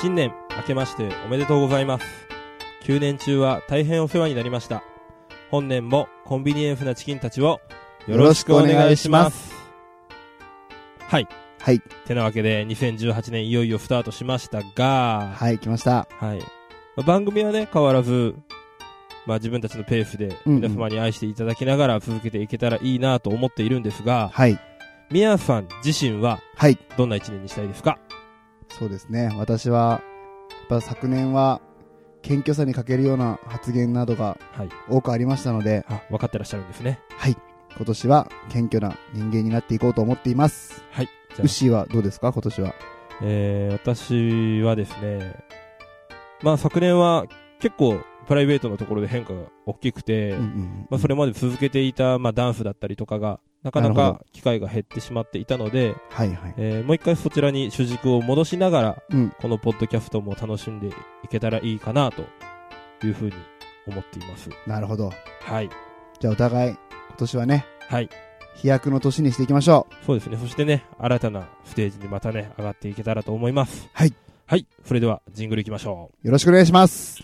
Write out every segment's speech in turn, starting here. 新年明けましておめでとうございます9年中は大変お世話になりました本年もコンビニエンスなチキンたちをよろしくお願いしますはいはい。てなわけで2018年いよいよスタートしましたが、はい、来ました。はいまあ番組はね変わらずまあ自分たちのペースでうんうん皆様に愛していただきながら続けていけたらいいなと思っているんですが、はい。みやさん自身ははい。どんな一年にしたいですかそうですね。私は、やっぱ昨年は、謙虚さに欠けるような発言などがはい多くありましたので、あ分かってらっしゃるんですね今年は謙虚な人間になっていこうと思っています。はいじゃウッシーはどうですか今年は。えー、私はですね、まあ昨年は結構プライベートのところで変化が大きくて、うんうんまあそれまで続けていた、まあ、ダンスだったりとかが、なかななるほか機会が減ってしまっていたので、はいはい。えーもう一回そちらに主軸を戻しながら、うんこのポッドキャストも楽しんでいけたらいいかなというふうに思っています。なるほど。はい。じゃあお互い、今年はね、はい。飛躍の年にしていきましょそうですね。そしてね、新たなステージにまたね、上がっていけたらと思います。はい。はい。それでは、ジングルいきましょう。う。よろしくお願いします。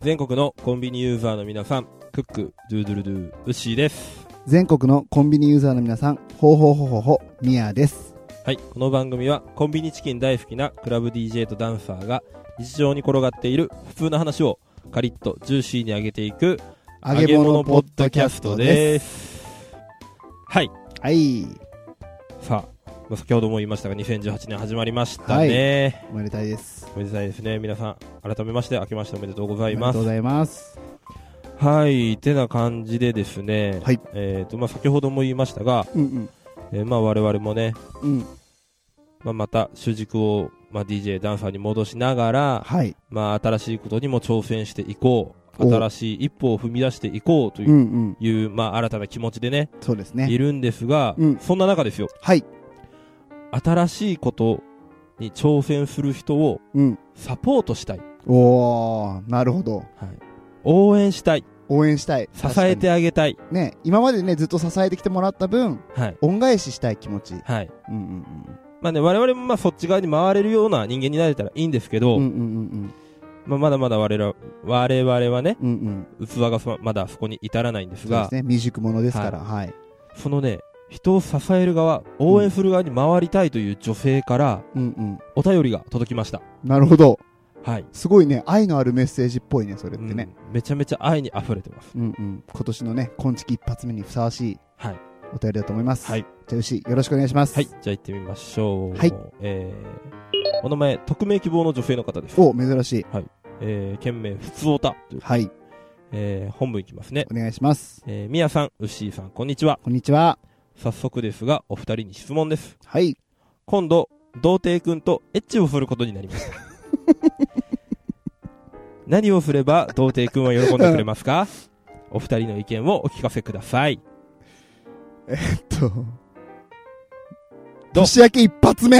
全国のコンビニユーザーの皆さん、クック、ドゥードゥルドゥ、ウッシーです。全国のコンビニユーザーの皆さん、ほうほうほうほうほ、ミヤです。はい、この番組はコンビニチキン大好きなクラブ DJ とダンサーが日常に転がっている普通の話をカリッとジューシーに上げていく揚げ物ポッドキャストです。す。はい、はい。さあ、まあ先ほども言いましたが2018年始まりましたね。おめでたいです。おめでたいですね。皆さん、改めまして明けましておめでとうござあいりまがすとうご。ざいます。はい、てな感じでですね、はいえっ、と、まあ、先ほども言いましたが、うんえーまあ、我々もね、うん。うん。まあ、また主軸を、まあ、DJ ダンサーに戻しながら、はい。まあ、新しいことにも挑戦していこうお新しい一歩を踏み出していこうとういんうう,、ん。まあ、新たな気持ちでねそうですいね。るんですが、うんそんな中ですよはい。新しいことに挑戦する人をうん。サポートしたい、おー、なるほど。はい応援したい応援したい。支えてあげたい、確かに。ね、今までね、ずっと支えてきてもらった分、はい恩返ししたい気持ち。はいうんうんまあね、我々もまあそっち側に回れるような人間になれたらいいんですけうど、ん。うんうんうんまあ、まだまだ我々は我々はねうん。うんうん。器がそまだそこに至らないんですそうでがすね。未熟者ですから。はい。そのね、人を支える側、応援する側に回りたいという女性からうんうん。お便りが届きました。なるほど。はい。すごいね、愛のあるメッセージっぽいね、それっうてんね。めちゃめちゃ愛に溢れてます。うんうん。今年のね、今月一発目にふさわしいはい。お便りだと思います。はい。じゃあ、牛、よろしくお願いします。はい。じゃあ行ってみましょう。はい。えー、お名前、匿名希望の女性の方です。お、珍しい。えー、県名、ふつおた。はい。えー、本文いきますね。お願いします。えー、みやさん、うっしーさん、こんにちは。こんにちは。早速ですが、お二人に質問です。はい。今度、童貞くんとエッチをする ことになりました。何をすれば童貞くんは喜んでくれますかお二人の意見をお聞かせください。と、ど年明け一発目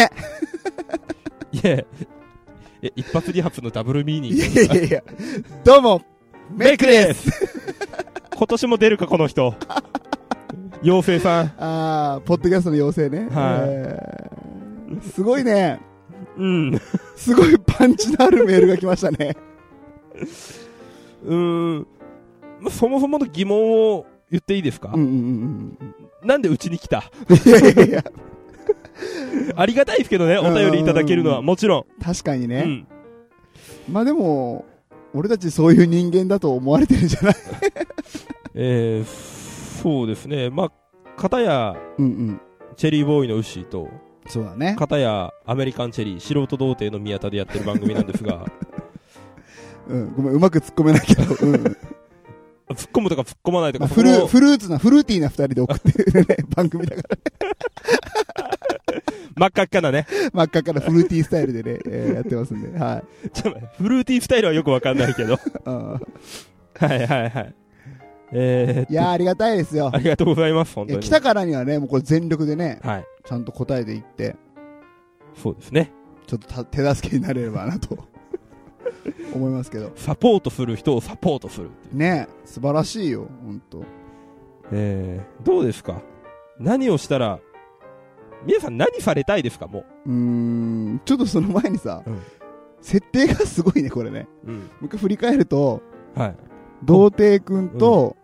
いえ、え一発二発のダブルミーニンいグ。やいやいや、どうも、メイクです今年も出るか、この人。妖精さん。あー、ポッドキャストの妖精ね。はいえーすごいね、うん。うすごいパンチのあるメールが来ました ね。ーん。まそもそもの疑問を言っていいですか、うんうんうんうん。なんでうちに来たいやいやいや、ありがたいですけどね、お便りいただけるのは、もちろ確かにん。うね。ん。まあでも、俺たちそういう人間だと思われてるんじゃないえー、そうですね、まあ、片やうんうん。チェリーボーイのウッシーと、そうだね。片やアメリカンチェリー、素人童貞の宮田でやってる番組なんですが、 うん。ごめん、うまく突っ込めないけど。 うん。突っ込むとか突っ込まないとまか、あ、そフルこー、をフルーツな、フルーティーな二人で送ってる ね、番組だから。真っ赤っかなね、真っ赤からフルーティースタイルでね、 えーやってますんで。はい。ちょっと待ってフルーティースタイルはよくわかんないけど、 うんはいはいはい。えー、いやーありがたいですよあ。りがとうございます、本い当やに。来たからにはね、もうこれ全力でね、はい。ちゃんと答えていって。そうですね。ちょっとた手助けになれればなと 思いますけどサポートする人をサポートするっていう。ねえ素晴らしいよ本当えー、どうですか何をしたら、皆さん何されたいですかもうーんちょっとその前にさ、うん設定がすごいねこれねう。うん。もう一回振り返るとはい。童貞君と、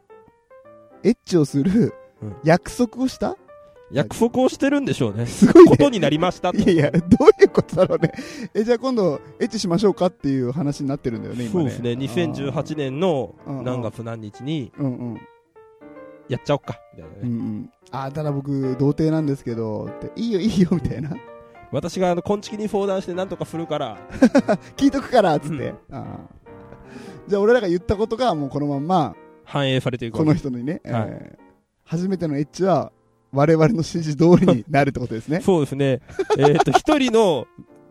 エッチをするうん約束をした、約束をしてるんでしょうね。 すごいねことになりましたと。いやいや、どういうことだろうね。え、じゃあ今度、エッチしましょうかっていう話になってるんだよね、今ね。そうですね。2018年のあー何月何日にあー。うんうん。やっちゃおっか。みたいなねうんうん。あー、ただ僕、童貞なんですけど、って、いいよいいよ、みたいな。 私があの、昆虫に相談して何とかするから、聞いとくから、つうって。んあーじゃあ俺らが言ったことが、もうこのまんま、反映されていくこわけの人にね、はいえー初めてのエッチは、我々の指示通りになるってことですね。そうです ね。えっと、一人の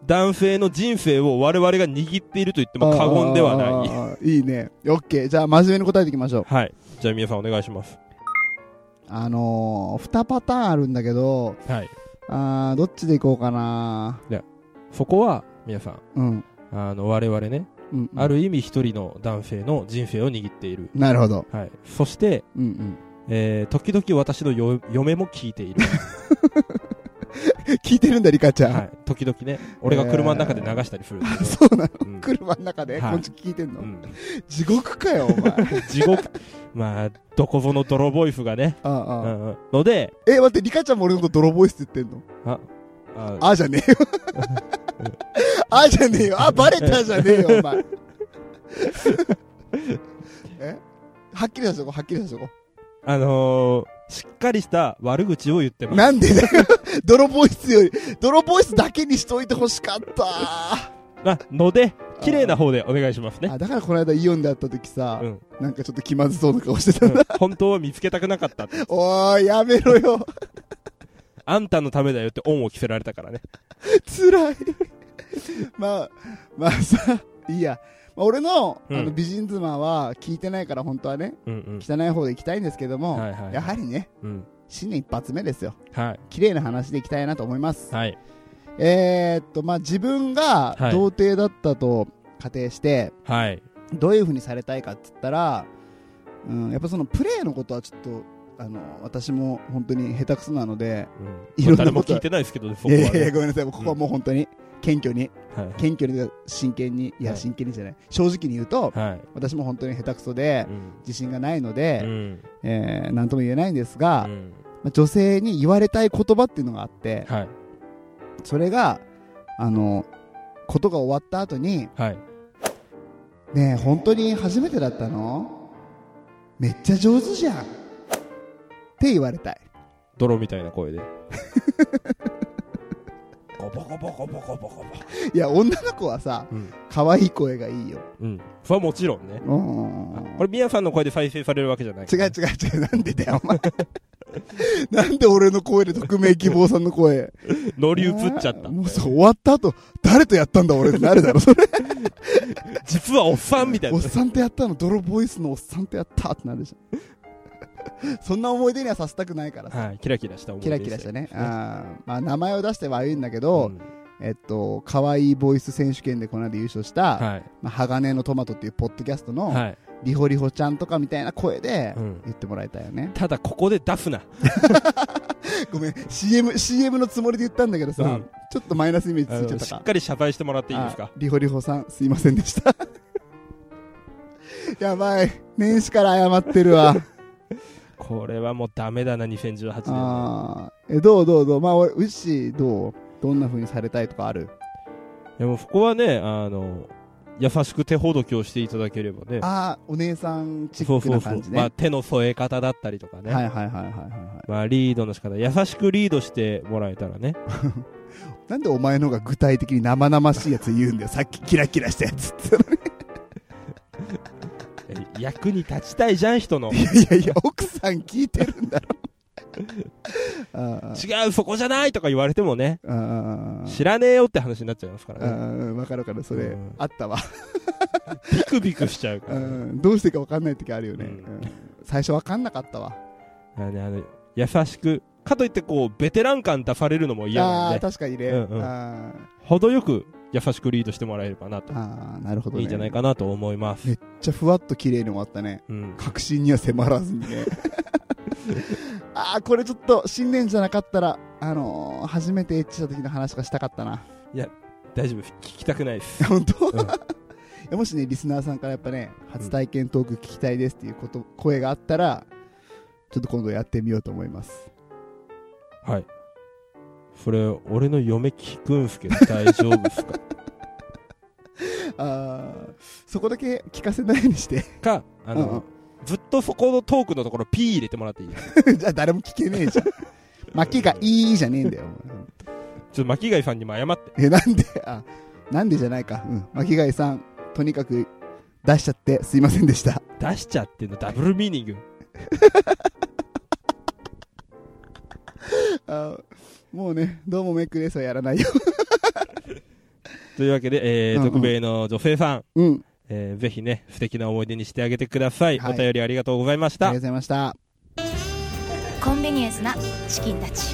男性の人生を我々が握っていると言 っても過言ではあない。ーあーあーいいね。オッケー。じゃあ真面目に答えていきましょう。はい。じゃあ皆さんお願いします。あのー、2パターンあるんだけど、はい。あーどっちでいこうかな。そこは、皆さん、うん。あの、我々ね、うん、あ。る意味一人の男性の人生を握っている。なるほど。はい。そして、うんうん。 えー、時々私のよ嫁も聞いている。聞いてるんだ、リカちゃん。はい。時々ね、俺が車の中で流したりする。あ、そうなの。うん車の中で、はいこんち聞いてんの、うん地獄かよ、お前。地獄。まあ、どこぞの泥ボイフがね。あうあああんうん。ので、え、待って、リカちゃんも俺のこと泥ボイスって言ってんのあ、ああじ ゃねえよ。あじゃねえよ。あ、バレたじゃねえよ、お前。えはっきりさせとこうはっきりさせとこあのー、しっかりした悪口を言ってうます。なんでだよ。泥ボイスより、泥ボイスだけにしといてほしかった。なので、綺麗な方でお願いしますね。あ、だからこの間イオンで会った時さ、うん。なんかちょっと気まず そうな顔してたうな。ん本当は見つけたくなかったって。おーい、やめろよ。 あんたのためだよって恩を着せられたからね。辛い。 まあ、まあさ、いいや。まあ、俺の,、うんあの美人妻は聞いてないから本当はね、うん汚い方で行きたいんですけうどん。も、はいはい。やはりね、うん。新年一発目ですよ。はい。綺麗な話でいきたいなと思います。はい。えー、っと、まあ自分がはい童貞だったと仮定して、はい。どういう風にされたいかって言ったら、うん、やっぱそのプレーのことはちょっと、あの、私も本当に下手くそなので、うんいまろあんな誰もこと聞いてないですけどね、そいこはやね。いやいや、ごめんなさい。もうここはもう本当に、謙虚に。はい。謙虚にというか真剣にいやはい真剣にじゃない、正直に言うとはい。私も本当に下手くそでうん自信がないのうで、ん。えー、何とも言えないんですが、うまんあ女性に言われたい言葉っていうのがあってはい。それがあのことが終わった後にはい。 「ねえ本当に初めてだったのめっちゃ上手じゃん」って言われたい泥みたいな 声で。ゴボゴボゴボゴボゴボ。いや女の子はさうん。可愛い声がいいようん。それはもちろんね。うんうんうんこれ、ミヤさんの声で再生されるわけじゃない。違う違う違う、なんでだよ、お前。なんで俺の声で匿名希望さんの声。乗り移っちゃった。もうそう、終わった後、誰とやったんだ俺ってな るだろ、それ。実はおっさんみたいなおっ。さんとやったの、泥ボイスのおっさんとやったってなるじゃん。 そんな思い出にはさせたくないからさ。はい。キラキラした思いキ出ラでキラしよたね。あーまあ、名前を出しては悪いんだけど、うんえっと、可愛いボイス選手権でこの間優勝しはた、い。まあ、鋼のトマトっていうポッドキャストの、はい。リホリホちゃんとかみたいな声でうん言ってもらいたいよね。ただ、ここで出すな。ごめん、CM、CM のつもりで言ったんだけどさ、うんちょっとマイナスイメーあジついちゃのったしかっ。かり謝罪してもらっていいですあかリホリホさん、すいませんでした。 やばい。年始から謝ってる わ。これはもうダメだな、2018年は。あーえ、どうどうどうまあ、おいウッシーどうどんな風にされたいとかあるでも、そこはね、あの、優しく手ほどきをしていただければね。ああ、お姉さんチそうックそうなそう感じ。ね。まあ、手の添え方だったりとかね。はいはいはいはいはいはまあ、リードの仕方。優しくリードしてもらえたらね。い。なんでお前の方が具体的に生々しいやつ言うん だよ。さっきキラキラしたやつって。え役に立ちたいじゃん、人の。 いやいやいや、奥さん聞いてる んだろ。あー違う、そこじゃないとか言われてもね。あー知らねえよって話になっちゃいますからね。うん、わかるわかる、それ、うんあったわ、ビクビクしちゃうかうらね。ん、どうしていいかわかんない時あるよね、うんうん最初わかんなかったわ、あのねあの優しくかといってこうベテラン感出されるのも嫌あなあんで確かにね、うんうんあ程よく優しくリードしてもらえればなーとあーなるほど、ね、いいんじゃないかかなと思います、めっちゃふわっと綺麗に終わったねうん、確信には迫らず にねああこれちょっと新年じゃなかったらあのー初めてエッチした時の話がしたかったな 大丈夫聞きたくないです本当、うんいやもしねリスナーさんからやっぱね初体験トーク聞きたいですっていうこと声があったらちょっと今度やってみようと思いますはいそれ俺の嫁聞くんすけど大丈夫です かあーそこだけ聞かせないようにして かあの、うんうんずっとそこのトークのところ P 入れてもらっていいですかじゃあ誰も聞けねえ じゃん巻きがいいじゃねえんだよ お前ちょっと巻貝さんにも謝ってえなんであなんでじゃないか、うん、巻貝さんとにかく出しちゃってすいませんでした 出しちゃってんのダブルミーニングあもうねどうもメイクレースはやらないよ というわけで、えーうんうん特命の女性さん、うんえーぜひね素敵な思い出にしてあげてください、はいお便りありがとうございましあたりがとうございましたコンビニエンスなチキンたち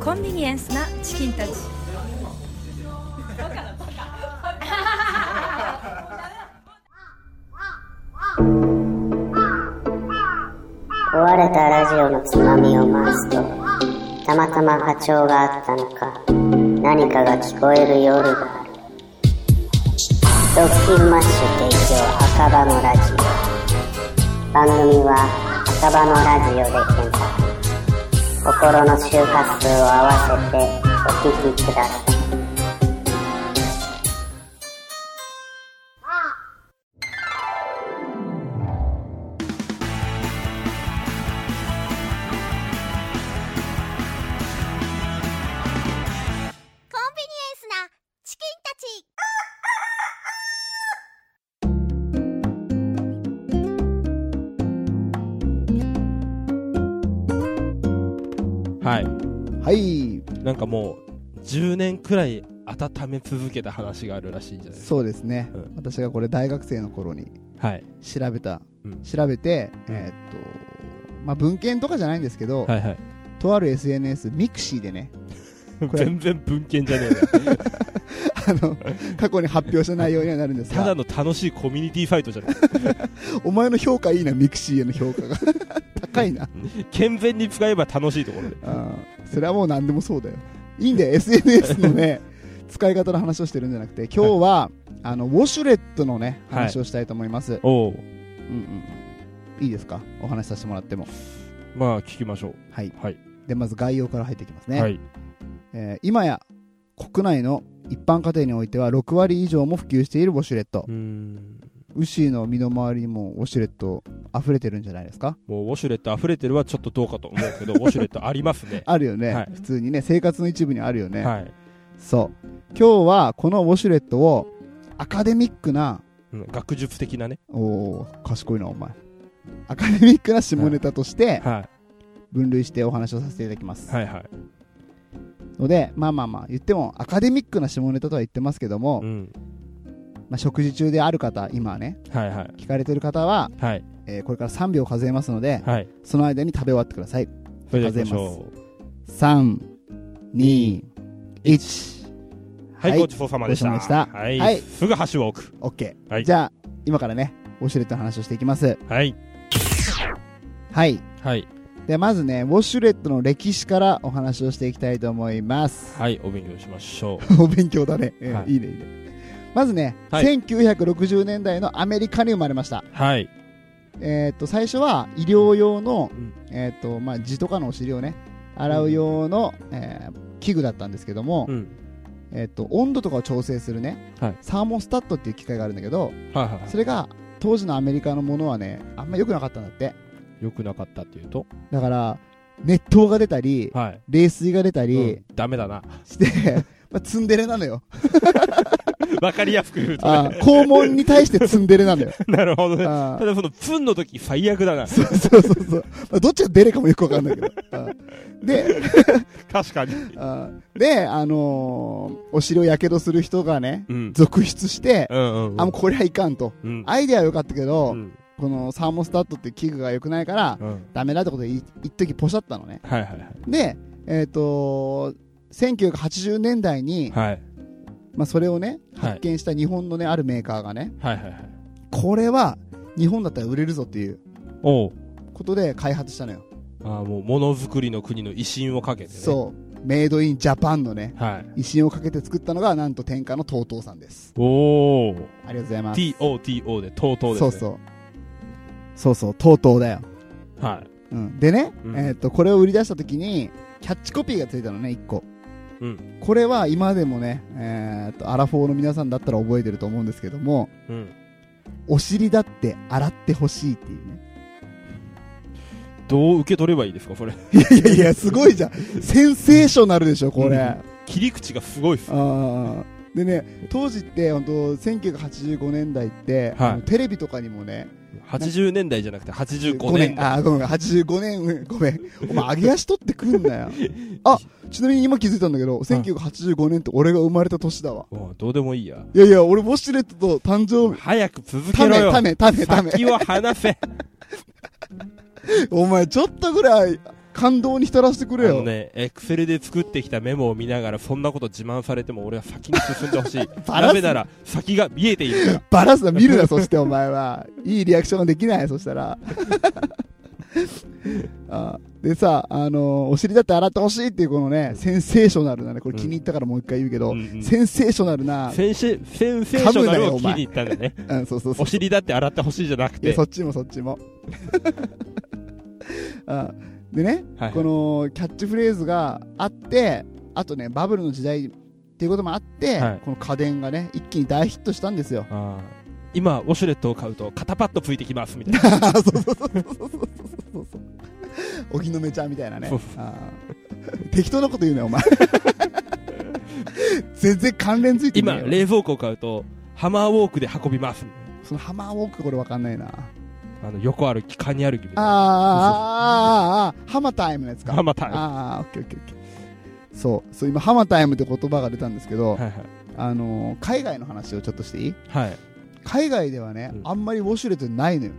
コンビニエンスなチキンたち壊れたラジオのつまみを回すとたまたま波長があったのか何かが聞こえる夜がある「ドッキンマッシュ提供赤羽のラジオ」番組は赤羽のラジオで検索心の周波数を合わせてお聞きくださいコンビニエンスなチキンたちはいはいなんかもう10年くらい温め続けた話があるらしいじゃないですそうですね、うん私がこれ大学生の頃にかはい調べた、うん調べて、うんえーっとまあ文献とかじゃないんですけど、はいはいとある SNS ミクシーでねこれ全然文献じゃ ねえなあの過去に発表した内容にはなるんですただがの楽しいコミュニティサイトじゃないお前の評価いいなミクシーへの評価が高いな健全に使えば楽しいところであーそれはもう何でもそうだよいいんだよ SNS のね使い方の話をしてるんじゃなくて今日は、あのウォシュレットのねはい話をしたいと思います、おおうんうんうんいいですかお話しさせてもらってもまあ聞きましょうはいはいでまず概要から入っていきますね、はいえー今や国内の一般家庭においては6割以上も普及しているウォシュレットうーんウッシーの身の回りにもウォシュレット溢れてるんじゃないですかもうウォシュレット溢れてるはちょっとどうかと思うけどウォシュレットありますねあるよね、はい普通にね生活の一部にあるよ ね、はいそう今日はこのウォシュレットをアカデミックなうん学術的なねおお賢いなお前アカデミックな下ネタとしては分類してお話をさせていただきます、いはいはいのでまあまあまあ言ってもアカデミックな下ネタとは言ってますけども、うんまあ、食事中である方今ねはいはい聞かれてる方は、はいえーこれから3秒数えますのではいその間に食べ終わってくださいそれでは行きましょう321はい、はいごちそうさまでしたごちそうさまでしたはい、はいすぐ箸を置く OK、はいじゃあ今からねウォシュレットの話をしていきますはいはいはいでまずねウォシュレットの歴史からお話をしていきたいと思います はいお勉強しましょお勉強だね、うんはいい、いねいいねまずね、はい1960年代のアメリカに生まれました、う はいえー、と最初は医療用の、うんえーとまあ、痔とかのお尻をね洗う用の、えー器具だったんですけども、うんえー、と温度とかを調整するね、はいサーモスタットっていう機械があるんだけどはいはいはそれが当時のアメリカのものはねあんま良くなかったんだっていよくなかったっていうとだから熱湯が出たりはい冷水が出たりうんダメだな して、 まあ、ツンデレなのよわかりやすく言うとあねー肛門に対してツンデレなのよ なるほどねあ ーただそのツンの時最悪だなそうそうそうそう。まあ、どっちがデレかもよくわかんないけど。あで、確 かにあで、あのーお尻をやけどする人がね、うん続出して、うんうんうんあ、もうこりゃいかんと。うんアイデアは良かったけど、うんこのサーモスタットって器具が良くないから、うん。ダメだってことでい一時ポシャったのね。はいはいはい。で、えっ、と1980年代に、はい。まあ、それをね、はい発見した日本のね、あるメーカーがね、はいはいはい。これは日本だったら売れるぞっていうおう。ことで開発したのよ。ああ、もう、ものづくりの国の威信をかけてね。そう。メイドインジャパンのね、う。はい。威信をかけて作ったのが、なんと天下の TOTO さんです。おお。ありがとうございます。 TOTO で、とうとうですそね。うそう。そうそう、TOTO だよ。う。はい。うん、でね、うんえっとこれを売り出した時にキャッチコピーがついたのね1個うん。これは今でもね、えっとアラフォーの皆さんだったら覚えてると思うんですけどもうん。お尻だって洗ってほしいっていうねどう受け取ればいいですか、それ。 いやいやいやすごいじゃん センセーショナルでしょこれ、うんあ切り口がすごいっす。ーでね当時って本当1985年代って、はいあのテレビとかにもね80年代じゃなくて85ごめ年んあーごめん85年うんごめんお前上げ足取ってくんなよあちなみに今気づいたんだけど1985年って俺が生まれた年だわもうどうでもいいや。いやいや、俺、ウォシュレットと誕生日、早く続たけろめ、よ。ため、ため、ため。先を話せ。お前、ちょっとぐらい感動に浸らせて くあれよ。のね、エクセルで作ってきたメモを見ながら、そんなこと自慢されても俺は先に進んでほしい。 バラなすぜなら、先が見えているかバラすな、見るな、そしてお前は。いいリアクションができない、そし たら。あでさ、あのお尻だって洗ってほしいっていうこのね、センセーショナルなね、これ気に入ったからもう一回言うけど、うんうんセンセーショナルら。な、センセ、センセーショナルを噛む気なよお前に入ったん だね。うん、そうそうそうお。尻だって洗ってほしいじゃなくいや、て。そっちもそっちも。 あでね、はいこのキャッチフレーズがあってあとねバブルの時代っていうこともあって、はいこの家電がね一気に大ヒットしたんですよあー今、ウォシュレットを買うと、肩パッドついてきます、みたいな。そうそうそうそうそうそうそうそう荻野目ちゃんみたいなねそうそあー 適当なこと言うねお前全然関連ついてな今、い冷蔵庫を買うと、ハマーウォークで運びます。みたいそのハマーウォークこれわかんないななあの、横歩き、カニ歩きみたいあーあーな。あーあーあーハマタイムのやつかハマタイムああオッケーオッケーオッケーそうそう今ハマタイムって言葉が出たんですけど、はいあのー海外の話をちょっとしていいはい。はい。海外ではね、うんあんまりウォシュレットないのよ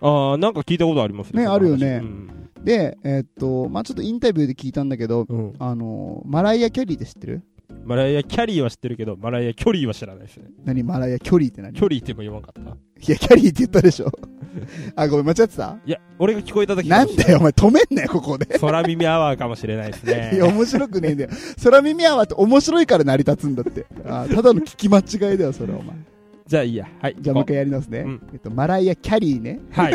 ああ、なんか聞いたことありますねその話あるよねうんでえーっとまあちょっとインタビューで聞いたんだけど、うん。あのーマライア・キャリーって知ってるマライア・キャリーは知ってるけど、マライア・キョリーは知らないですね。何マライア・キョリーって何いキョリーっても言わんかった。やキャリーって言ったでしょあごめん間違ってたいや、俺が聞こえた時なんだよお前止めんなよここで空耳アワーかもしれないですね。いや面白くねえん だよ空耳アワーって面白いから成り立つんだってあーただの聞き間違いだよそれお前じゃあいいや。はい。じゃあもう行こ一回やりますね、うんえっと、マライア・キャリーねうはい。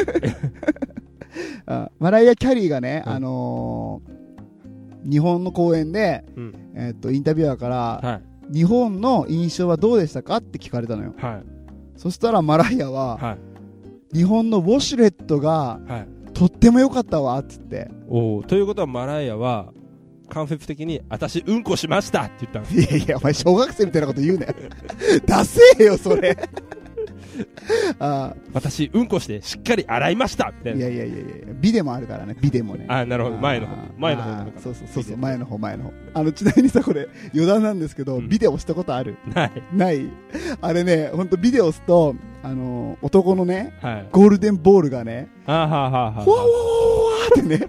あマライア・キャリーがね、うんあのー日本の公演で、うんえーっとインタビュアーから、はい。日本の印象はどうでしたかって聞かれたのよ。はい。そしたらマライアは、はい。日本のウォシュレットがはい。とっても良かったわっつって。おお。ということは、マライアは、間接的に、私、うんこしましたって言ったんです。いやいや、お前小学生みたいなこと言うね。 ダセえよ、それ。あ私、うんこして、しっかり洗いましたみたいいな。やいやいやいや、ビデもあるからね、ビデもね。あーなるほど。前の方あ。ー前の方なあのーかそうそうそうそう、前の方、前の方。あの、ちなみにさ、これ、余談なんですけど、うんビデオしたことあるな。はい。ない。あれね、ほんとビデオ押すと、あのー男のね、はい。ゴールデンボールがね、あーはーはーはーほわほわほわってね、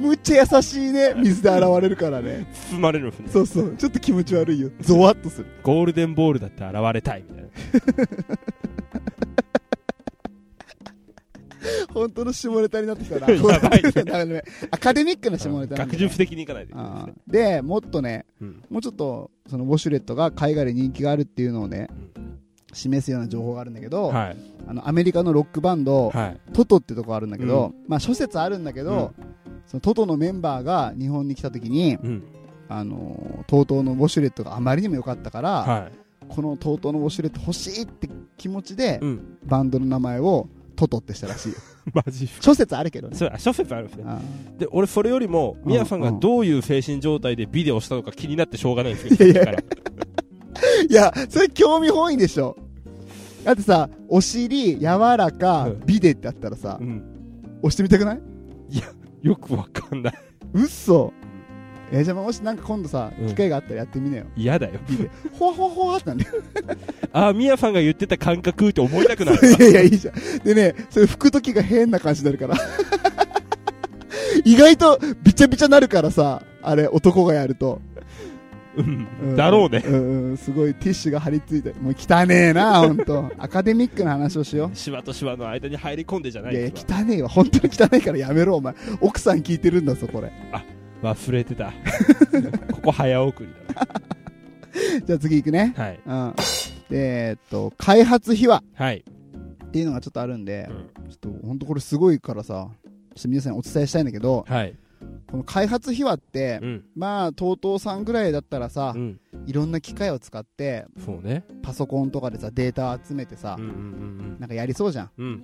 むっちゃ優しいね、水で洗われるからね。包まれるんですね。そうそう、ちょっと気持ち悪いよ。ゾワッとする。ゴールデンボールだって現れたい。みたいな。本当の下ネタになってきた な。やばいダメダメアカデミックな下ネタなん学で、術的にいかないといけないですあね。ーで、もっとね、うんもうちょっと、そのウォシュレットが海外で人気があるっていうのをね、う示すような情報があるんだけど、はい。あのアメリカのロックバンド、はい。トトってとこあるんだけど、まあ諸説あるんだけど、そのトトのメンバーが日本に来た時に、うん。あのー、TOTO のウォシュレットがあまりにも良かったから、はこの TOTO のウォシュレット欲しいって気持ちで、い。うん。バンドの名前をトトってしたらしいよマジっすか諸説あるけどねそう、あ諸説あるんですね。あで、俺それよりも、うんミヤさんがどういう精神状態でビデオしたのか気になってしょうがないんですよ。いやいだかやらーいやそれ興味本位でしょだってさお尻柔らかうんビデってあったらさ、うん。押してみたくないよくわかんない。嘘えーじゃあもしなんか今度さ、うん機会があったらやってみな よ。嫌だよ。ビデ。ほわほわほわってなんだよ。ああ、みやさんが言ってた感覚って思いたくなる。いやいや、いいじゃん。でね、それ拭くときが変な感じになるから。 意外とびちゃびちゃなるからさ、あれ、男がやると。うんだろうね。うんうん、すごいティッシュが張り付いて、もう汚ねえな、ほん と。アカデミックな話をしよシワとシワの間に入り込んでじゃう。ないいやいやです、汚ねえわ。本当に汚いからやめろ、お前。奥さん聞いてるんだぞ、これ。忘れて た。ここ早送りだじゃあ次行くね。な。はい。うん。でえーっと、開発秘話はい。っていうのがちょっとあるんで、うんちょっと本当これすごいからさ、ちょっと皆さんにお伝えしたいんだけど、はい。この開発秘話って、うん。まあ、TOTO さんぐらいだったらさう、ん。いろんな機械を使って、そうね。パソコンとかでさ、データを集めてさうん、うんなんかやりそうじゃん。うんうん。うん。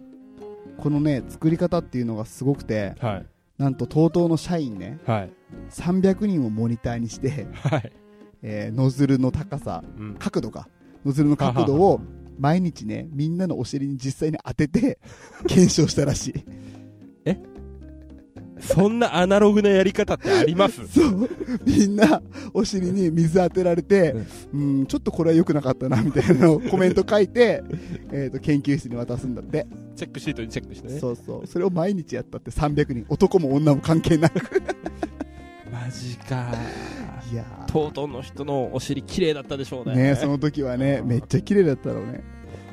このね、作り方っていうのがすごくて、はい。なんと TOTO の社員ね、はい。 300人をモニターにして、はい。えーノズルの高さ、うん。角度か。ノズルの角度を毎日ね、みんなのお尻に実際に当てて、 検証したらしい。そんなアナログなやり方ってあります そう。みんな、お尻に水当てられて、うん、ちょっとこれは良くなかったな、みたいなのをコメント書い て、えっと、研究室に渡すんだって。チェックシートにチェックしてね。そうそう。それを毎日やったって300人。男も女も関係なく。マジか。いやーとうとうの人のお尻綺麗だったでしょうね。ねその時はね、めっちゃ綺麗だったろうね。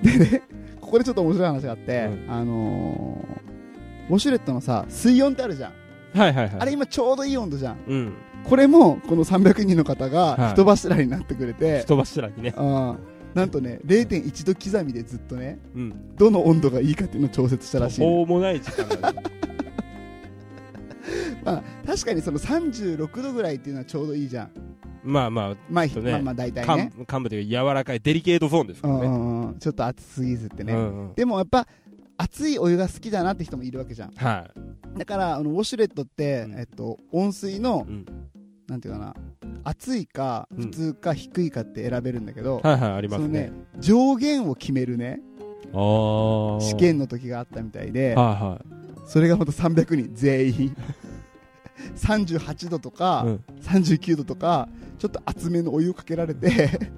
でね、ここでちょっと面白い話があって、うあのー、ウォシュレットのさ、水温ってあるじゃん。はいはいはい。あれ今ちょうどいい温度じゃん。うん。これも、この300人の方はがい人柱になってくれて、人柱にね。あーなんとね、0.1度刻みでずっとね、うん。どの温度がいいかっていうのを調節したらしい、途方もない時間だね。まあ、確かにその36度ぐらいっていうのはちょうどいいじゃん。 まあままあ、ちょっとねまあまあ大体あ、ね。幹幹部というか柔らかいデリケートゾーンですうからんね。うんうん、ちょっと暑すぎずってね。うんうんでもやっぱ、熱いお湯が好きだなって人もいるわけじゃん。はだから、あのウォシュレットって、うんえっと、温水の、うんなんていうかな、熱いか、うん普通か低いかって選べるんだけど、い。はいはい、ありまそすのねね。、上限を決めるね、ああ。試験の時があったみたいで、はそれがほんと300人全員。38度といか、はい。うん39度とか、ちょっと厚めのお湯をかけられて、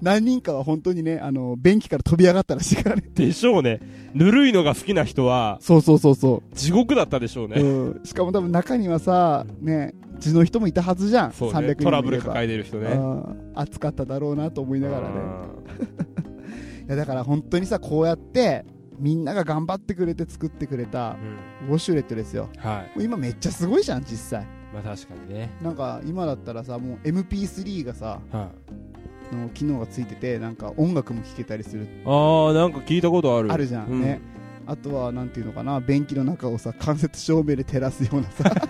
何人かは本当にね、あの、便器から飛び上がったらしいからね。でしょうね。ぬるいのが好きな人は、そうそうそうそ地獄だったでしょうう。ね。うん、しかも多分中にはさ、ね、地の人もいたはずじゃん。そう300ね。人トラブル抱ええてる人てね。暑かっただろうなと思いながらね。うんいや、だから本当にさ、こうやって、みんなが頑張ってくれて作ってくれたうんウォシュレットですよ。はい。もう今めっちゃすごいじゃん、実際。まあ確かにね。なんか今だったらさ、もう MP3 がさ、はい。の機能がついてて、なんか音楽も聴けたりするああ、なんか聞いたことある。あるじゃん、うね。あとは、なんていうのかな、便器の中をさ、間接照明で照らすような さ、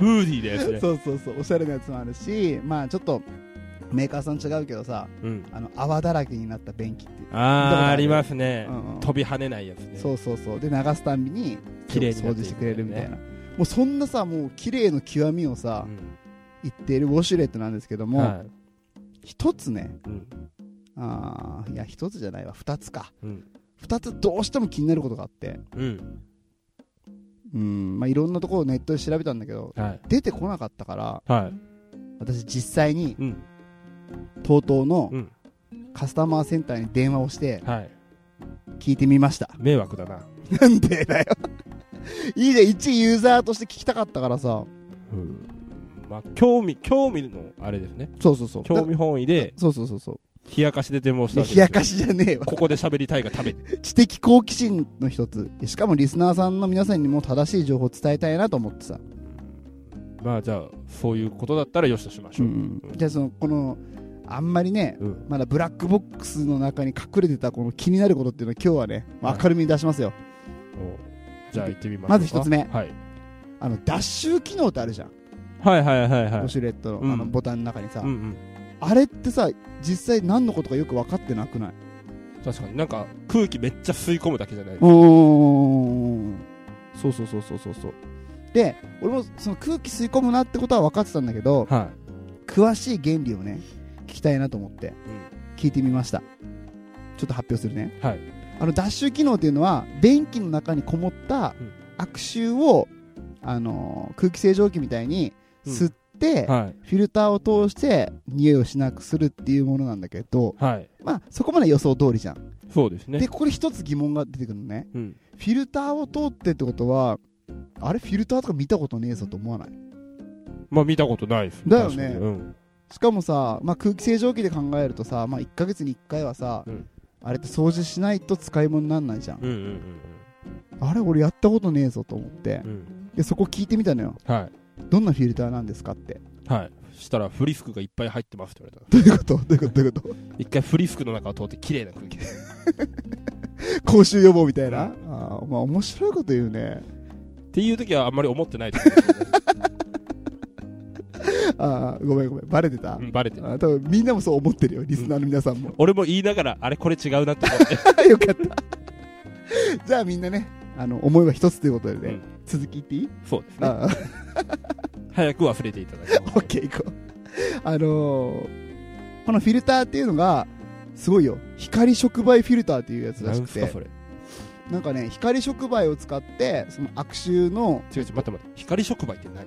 ムーディーですね。そうそうそう、おしゃれなやつもあるし、まあちょっと、メーカーさん違うけどさ、うん。あの、泡だらけになった便器っていう。ああ、ありますうね。んうん飛び跳ねないやつね。そうそうそう。で、流すたんびに、綺麗にな掃って除いくしてくれるみたいな。もうそんなさ、もう綺麗の極みをうさ、ん。言っているウォシュレットなんですけども、はい一つね、うんあーいや、一つじゃないわ、二つか。うん。二つどうしても気になることがあって、うん。うん、まあいろんなところをネットで調べたんだけど、はい。出てこなかったから、は私実際にい。うん。 TOTO のうんカスタマーセンターに電話をしてはい。聞いてみました、 迷惑だな。なんでだよ いいじゃん一ユーザーとして聞きたかったからさうん。まあ、興味、興味の、あれですね。そうそうそう興味本位で、だそうそうそうそう冷やかしで電話しいたやわけ冷やし。かしじゃねえわここで喋りたいが食べて。知的好奇心の一つしかもリスナーさんの皆さんにも正しい情報を伝えたいなと思ってさ、まあ、じゃあ、そういうことだったらよしとしましうょう。ん、じゃあそのこのあんまりねうん。まだブラックボックスの中に隠れてたこの気になることっていうのを今日はね、まあ明るみに出しますよおじゃあ、行ってみましょうか。まず一つ目はい。あの脱臭機能ってあるじゃん、はいはいはいはウォい。シュレットの,、うんあのボタンの中にさ、うんうん。あれってさ、実際何のことかよく分かってなくない確かになんか、空気めっちゃ吸い込むだけじゃない。ん。そうそうそうそうそうそう。で、俺もその空気吸い込むなってことは分かってたんだけど、は詳しい原理をね、聞きたいなと思ってい。うん。聞いてみました。ちょっと発表するね。はい。あの、脱臭機能っていうのは、便器の中にこもったうん悪臭を、あのー空気清浄機みたいにうん吸っって、はフィルターを通して匂いをしなくするっていうものなんだけど、い。はい。まあ、そこまで予想通りじゃん。そうですねで、。ここで一つ疑問が出てくるのね。うん。フィルターを通ってってことは、あれフィルターとか見たことねえぞと思わないまあ見たことないですだよね確かにうん。しかもさ、まあ、空気清浄機で考えるとさ、まあ、1ヶ月に1回はさ、うんあれって掃除しないと使い物になんないじゃん、うんうんあれ俺やったことねえぞと思ってうんうん。うん。でそこ聞いてみたのよはどんなフィルターなんですかって い。はい。そしたら、フリスクがいっぱい入ってますって言われた。どういうことどういうことどういうこ一回フリスクの中を通って綺麗な空気で。と口臭予防みたいな、あーまあ面白いこと言うねっていう時はあんまり思ってないですけどねあーごめんごめんバレてた、うんバレてるあー多分みんなもそう思ってるよリスナーの皆さんも、 俺も言いながらあれこれ違うなって思 ってよかった じゃあみんなねあの思いは一つということでね、うん続き言っていい、そうですねあー早く忘れていただきオッケー行こう。あのーこのフィルターっていうのが、すごいよ。光触媒フィルターっていうやつらなしんくすかてそ。れなんかね、光触媒を使って、その悪臭の、違う違う待って待って光触媒って何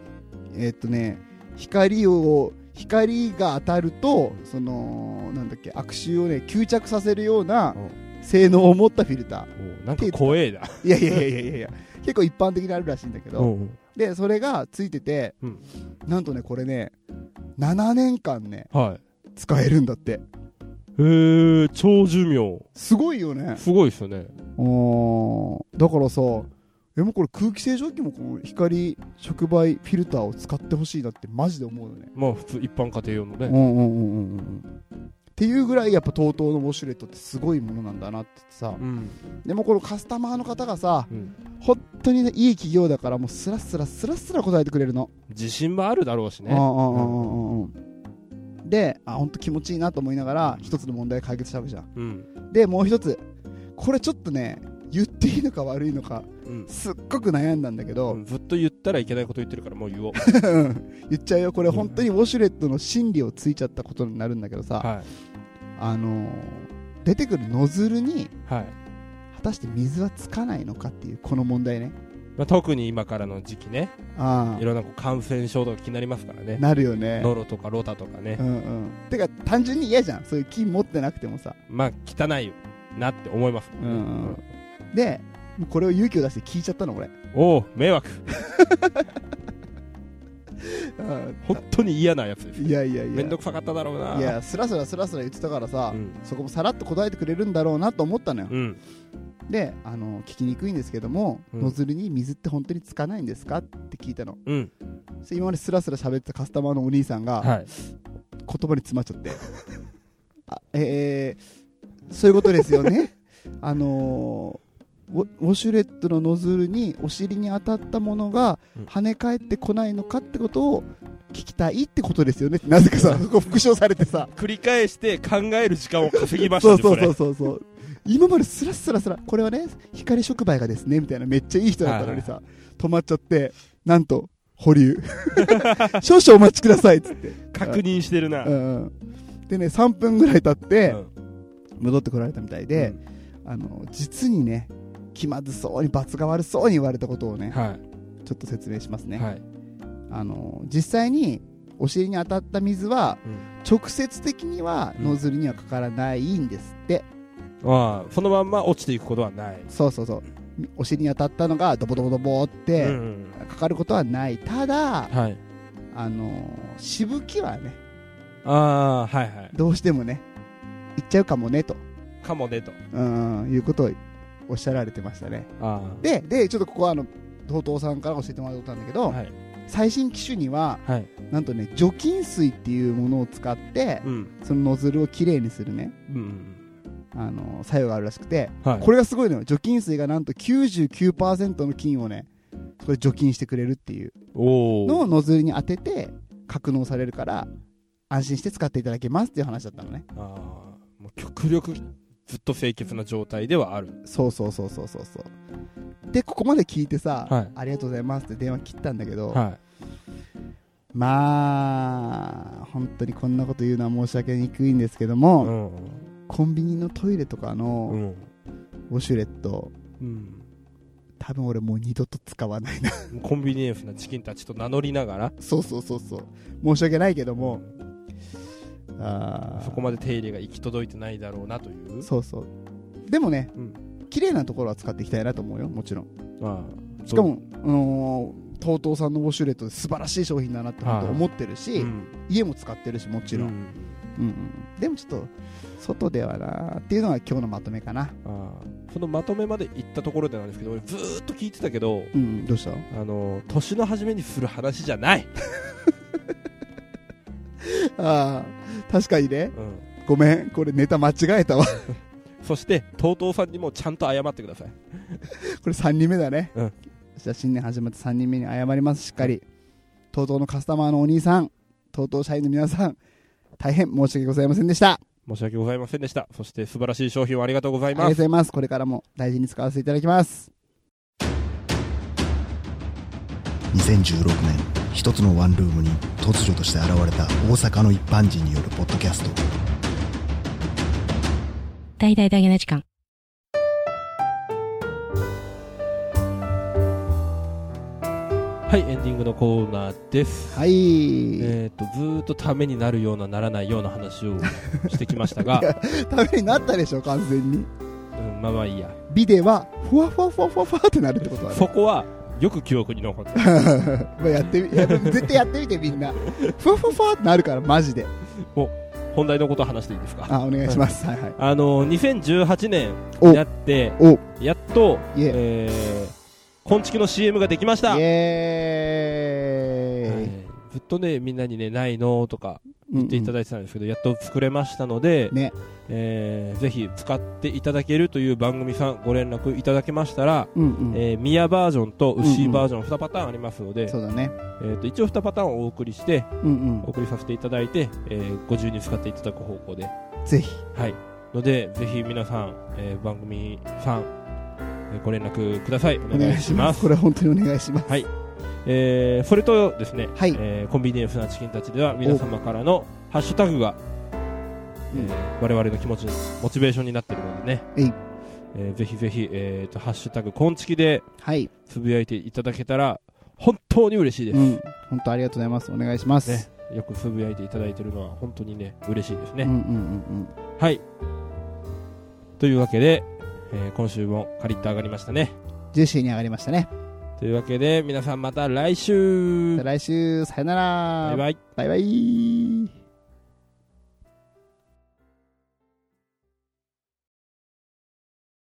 えーっとね、光を、光が当たると、その、なんだっけ、悪臭をね、吸着させるような性能を持ったフィルタおなんか怖えな ー。いやいやいやいやいやいや結構一般的にあるらしいんだけど。うんで、それがついてて、うんなんとね、これね、7年間ね、はい使えるんだって。えー、超寿命すごいよね。すごいですよねおーだからさえもうこれ空気清浄機もこの光触媒フィルターを使ってほしいなってマジで思うよね、まあ普通一般家庭用のうねんうんうんうんうんっていうぐらいやっぱ TOTO のウォシュレットってすごいものなんだなってさうんでもこのカスタマーの方がさうん本当にねいい企業だからもうスラスラスラスラ答えてくれるの、自信もあるだろうしうんうねんうんうんうんであ本当気持ちいいなと思いながら一つの問題解決したわけじゃんうんでもう一つこれちょっとね言っていいのか悪いのかうんすっごく悩んだんだけど、うんずっと言ったらいけないこと言ってるからもう言おう言っちゃうよこれ本当にウォシュレットの真理をついちゃったことになるんだけどさ、はあのー出てくるノズルにいはい果たして水はつかないのかっていうこの問題ねまあ特に今からの時期ねあいろんなこう感染症とか気になりますからあねなるよねノロとかロタとかねうんうんてか単純に嫌じゃんそういう菌持ってなくてもさ、まあ汚いなって思いますもんね、うんでもうこれを勇気を出して聞いちゃったの俺おお迷惑あ本当に嫌なやつですーいやいやいやめんどくさかっただろうないやスラスラスラスラ言ってたからさ、うんそこもさらっと答えてくれるんだろうなと思ったのよ、うんであの聞きにくいんですけども、うんノズルに水って本当につかないんですかって聞いたのうんそれ今までスラスラ喋ってたカスタマーのお兄さんがはい言葉に詰まっちゃってあえー、そういうことですよね あのーウォウォシュレットのノズルにお尻に当たったものがうん跳ね返ってこないのかってことを聞きたいってことですよねなぜかさそこ復唱されて さ繰り返して考える時間を稼ぎましたねそうそうれそうそうそう今までスラスラスラこれはね光触媒がですねみたいなめっちゃいい人だったのにさ止まっちゃってなんと保留 少々お待ちくださいっつって、確認してるな、うんうんでね3分ぐらい経ってうん戻ってこられたみたいで、あの実にね気まずそうに罰が悪そうに言われたことをねはちょっと説明しますい、ね、はいあの実際にお尻に当たった水はうん直接的にはノズルにはかからないんですって、まあそのまんま落ちていくことはない、そうそうそうお尻に当たったのがドボドボドボって、うんかかることはないただはいあのーしぶきはねああはいはいどうしてもねいっちゃうかもねとかもねとうんいうことをおっしゃられてましたねあででちょっとここはあの東東さんから教えてもらったことなんだけあど、はい最新機種にははいなんとね除菌水っていうものを使ってうんそのノズルをきれいにするねうんうんあのー作用があるらしくて、はいこれがすごいのよ除菌水がなんと99%の菌をねそれ除菌してくれるっていうおのおノズルに当てて格納されるから安心して使っていただけますっていう話だったのねああもう極力ずっと清潔な状態ではあるそうそうそうそうそうそうでここまで聞いてさ、はいありがとうございますって電話切ったんだけど、はまあ本当にこんなこと言うのは申し訳にくいんですけどいも、うんコンビニのトイレとかうのんウォシュレットうん多分俺もう二度と使わないな コンビニエンスなチキンたちと名乗りながらそうそうそうそう申し訳ないけどもあーそこまで手入れが行き届いてないだろうなというそうそうでもね、う綺麗なところは使っていきたいなと思うよもちろんまあしかも、あのー、TOTO さんのウォシュレットで素晴らしい商品だなって本当はい思ってるし、うん家も使ってるしもちろん、ううんんうんでもちょっと外ではなーっていうのが今日のまとめかなあーそのまとめまで行ったところでなんですけど俺ずーっと聞いてたけどうんどうしたあの年の初めにする話じゃない、あー確かにねうん、ごめんこれネタ間違えたわ こそして TOTO さんにもちゃんと謝ってくださいれ3人目だね、うんじゃあ新年始まって3人目に謝りますしっかり TOTO のカスタマーのお兄さん TOTO 社員の皆さん大変申し訳ございませんでした申し訳ございませんでしたそして素晴らしい商品をありがとうござあいりがとまうごすざいます。これからも大事に使わせていただきます。 2016年一つのワンルームに突如として現れた大阪の一般人によるポッドキャスト大々大げな時間。はいエンディングのコーナーですはい。えー、とずーっとためになるようなならないような話をしてきました が、ためになったでしょ、完全に。うん、まあまあいいやビデは、ふわふわふわふわふわってなるってことはね。そこはよく記憶に残ってるまあやってみ、やっぱ絶対やってみて、みんな。ふわふわふわってなるから、マジで。本題のことを話していいですかあ、お願いします。はいはい。あの2018年おになっておやっといええー昆虫の CM ができました、イはいエずっとねみんなにねないのとかーイ。言っていたいだいてたんですけど、やっと作れましたので、ねえーぜひ使っていただけるという番組さんご連絡いただけましたら、うんうん。えーミヤバージョンとウシうーんうんバージョン2パターンありますので、そうだね。えー、と一応2パターンをお送りしてうんお送りさせていただいて、えーご自由に使っていただく方向でうん。ぜひ。はいのでぜひ皆さん、えー番組さん、えーご連絡くださいおお願願いいししまますす。これは本当にお願いします。はいえーそれとですね、はいえーコンビニエンスなチキンたちでは皆様からのハッシュタグが、うんえー我々の気持ちのモチベーションになっているのでね、えいえーぜひぜひ、えーと「ハッシュタグコンチキ」ではい。つぶやいていただけたら本当に嬉しいです、うん。本当ありがとうございます。お願いします。ね、よくつぶやいていただいてるのは本当にね嬉しいですね、うんうんうんはいというわけで、えー今週もカリッと上がりましたねうん。ジューシーに上がりましたね。というわけで皆さんまた来じ週ゃあ来週、さよなら。バイバイバイバイ。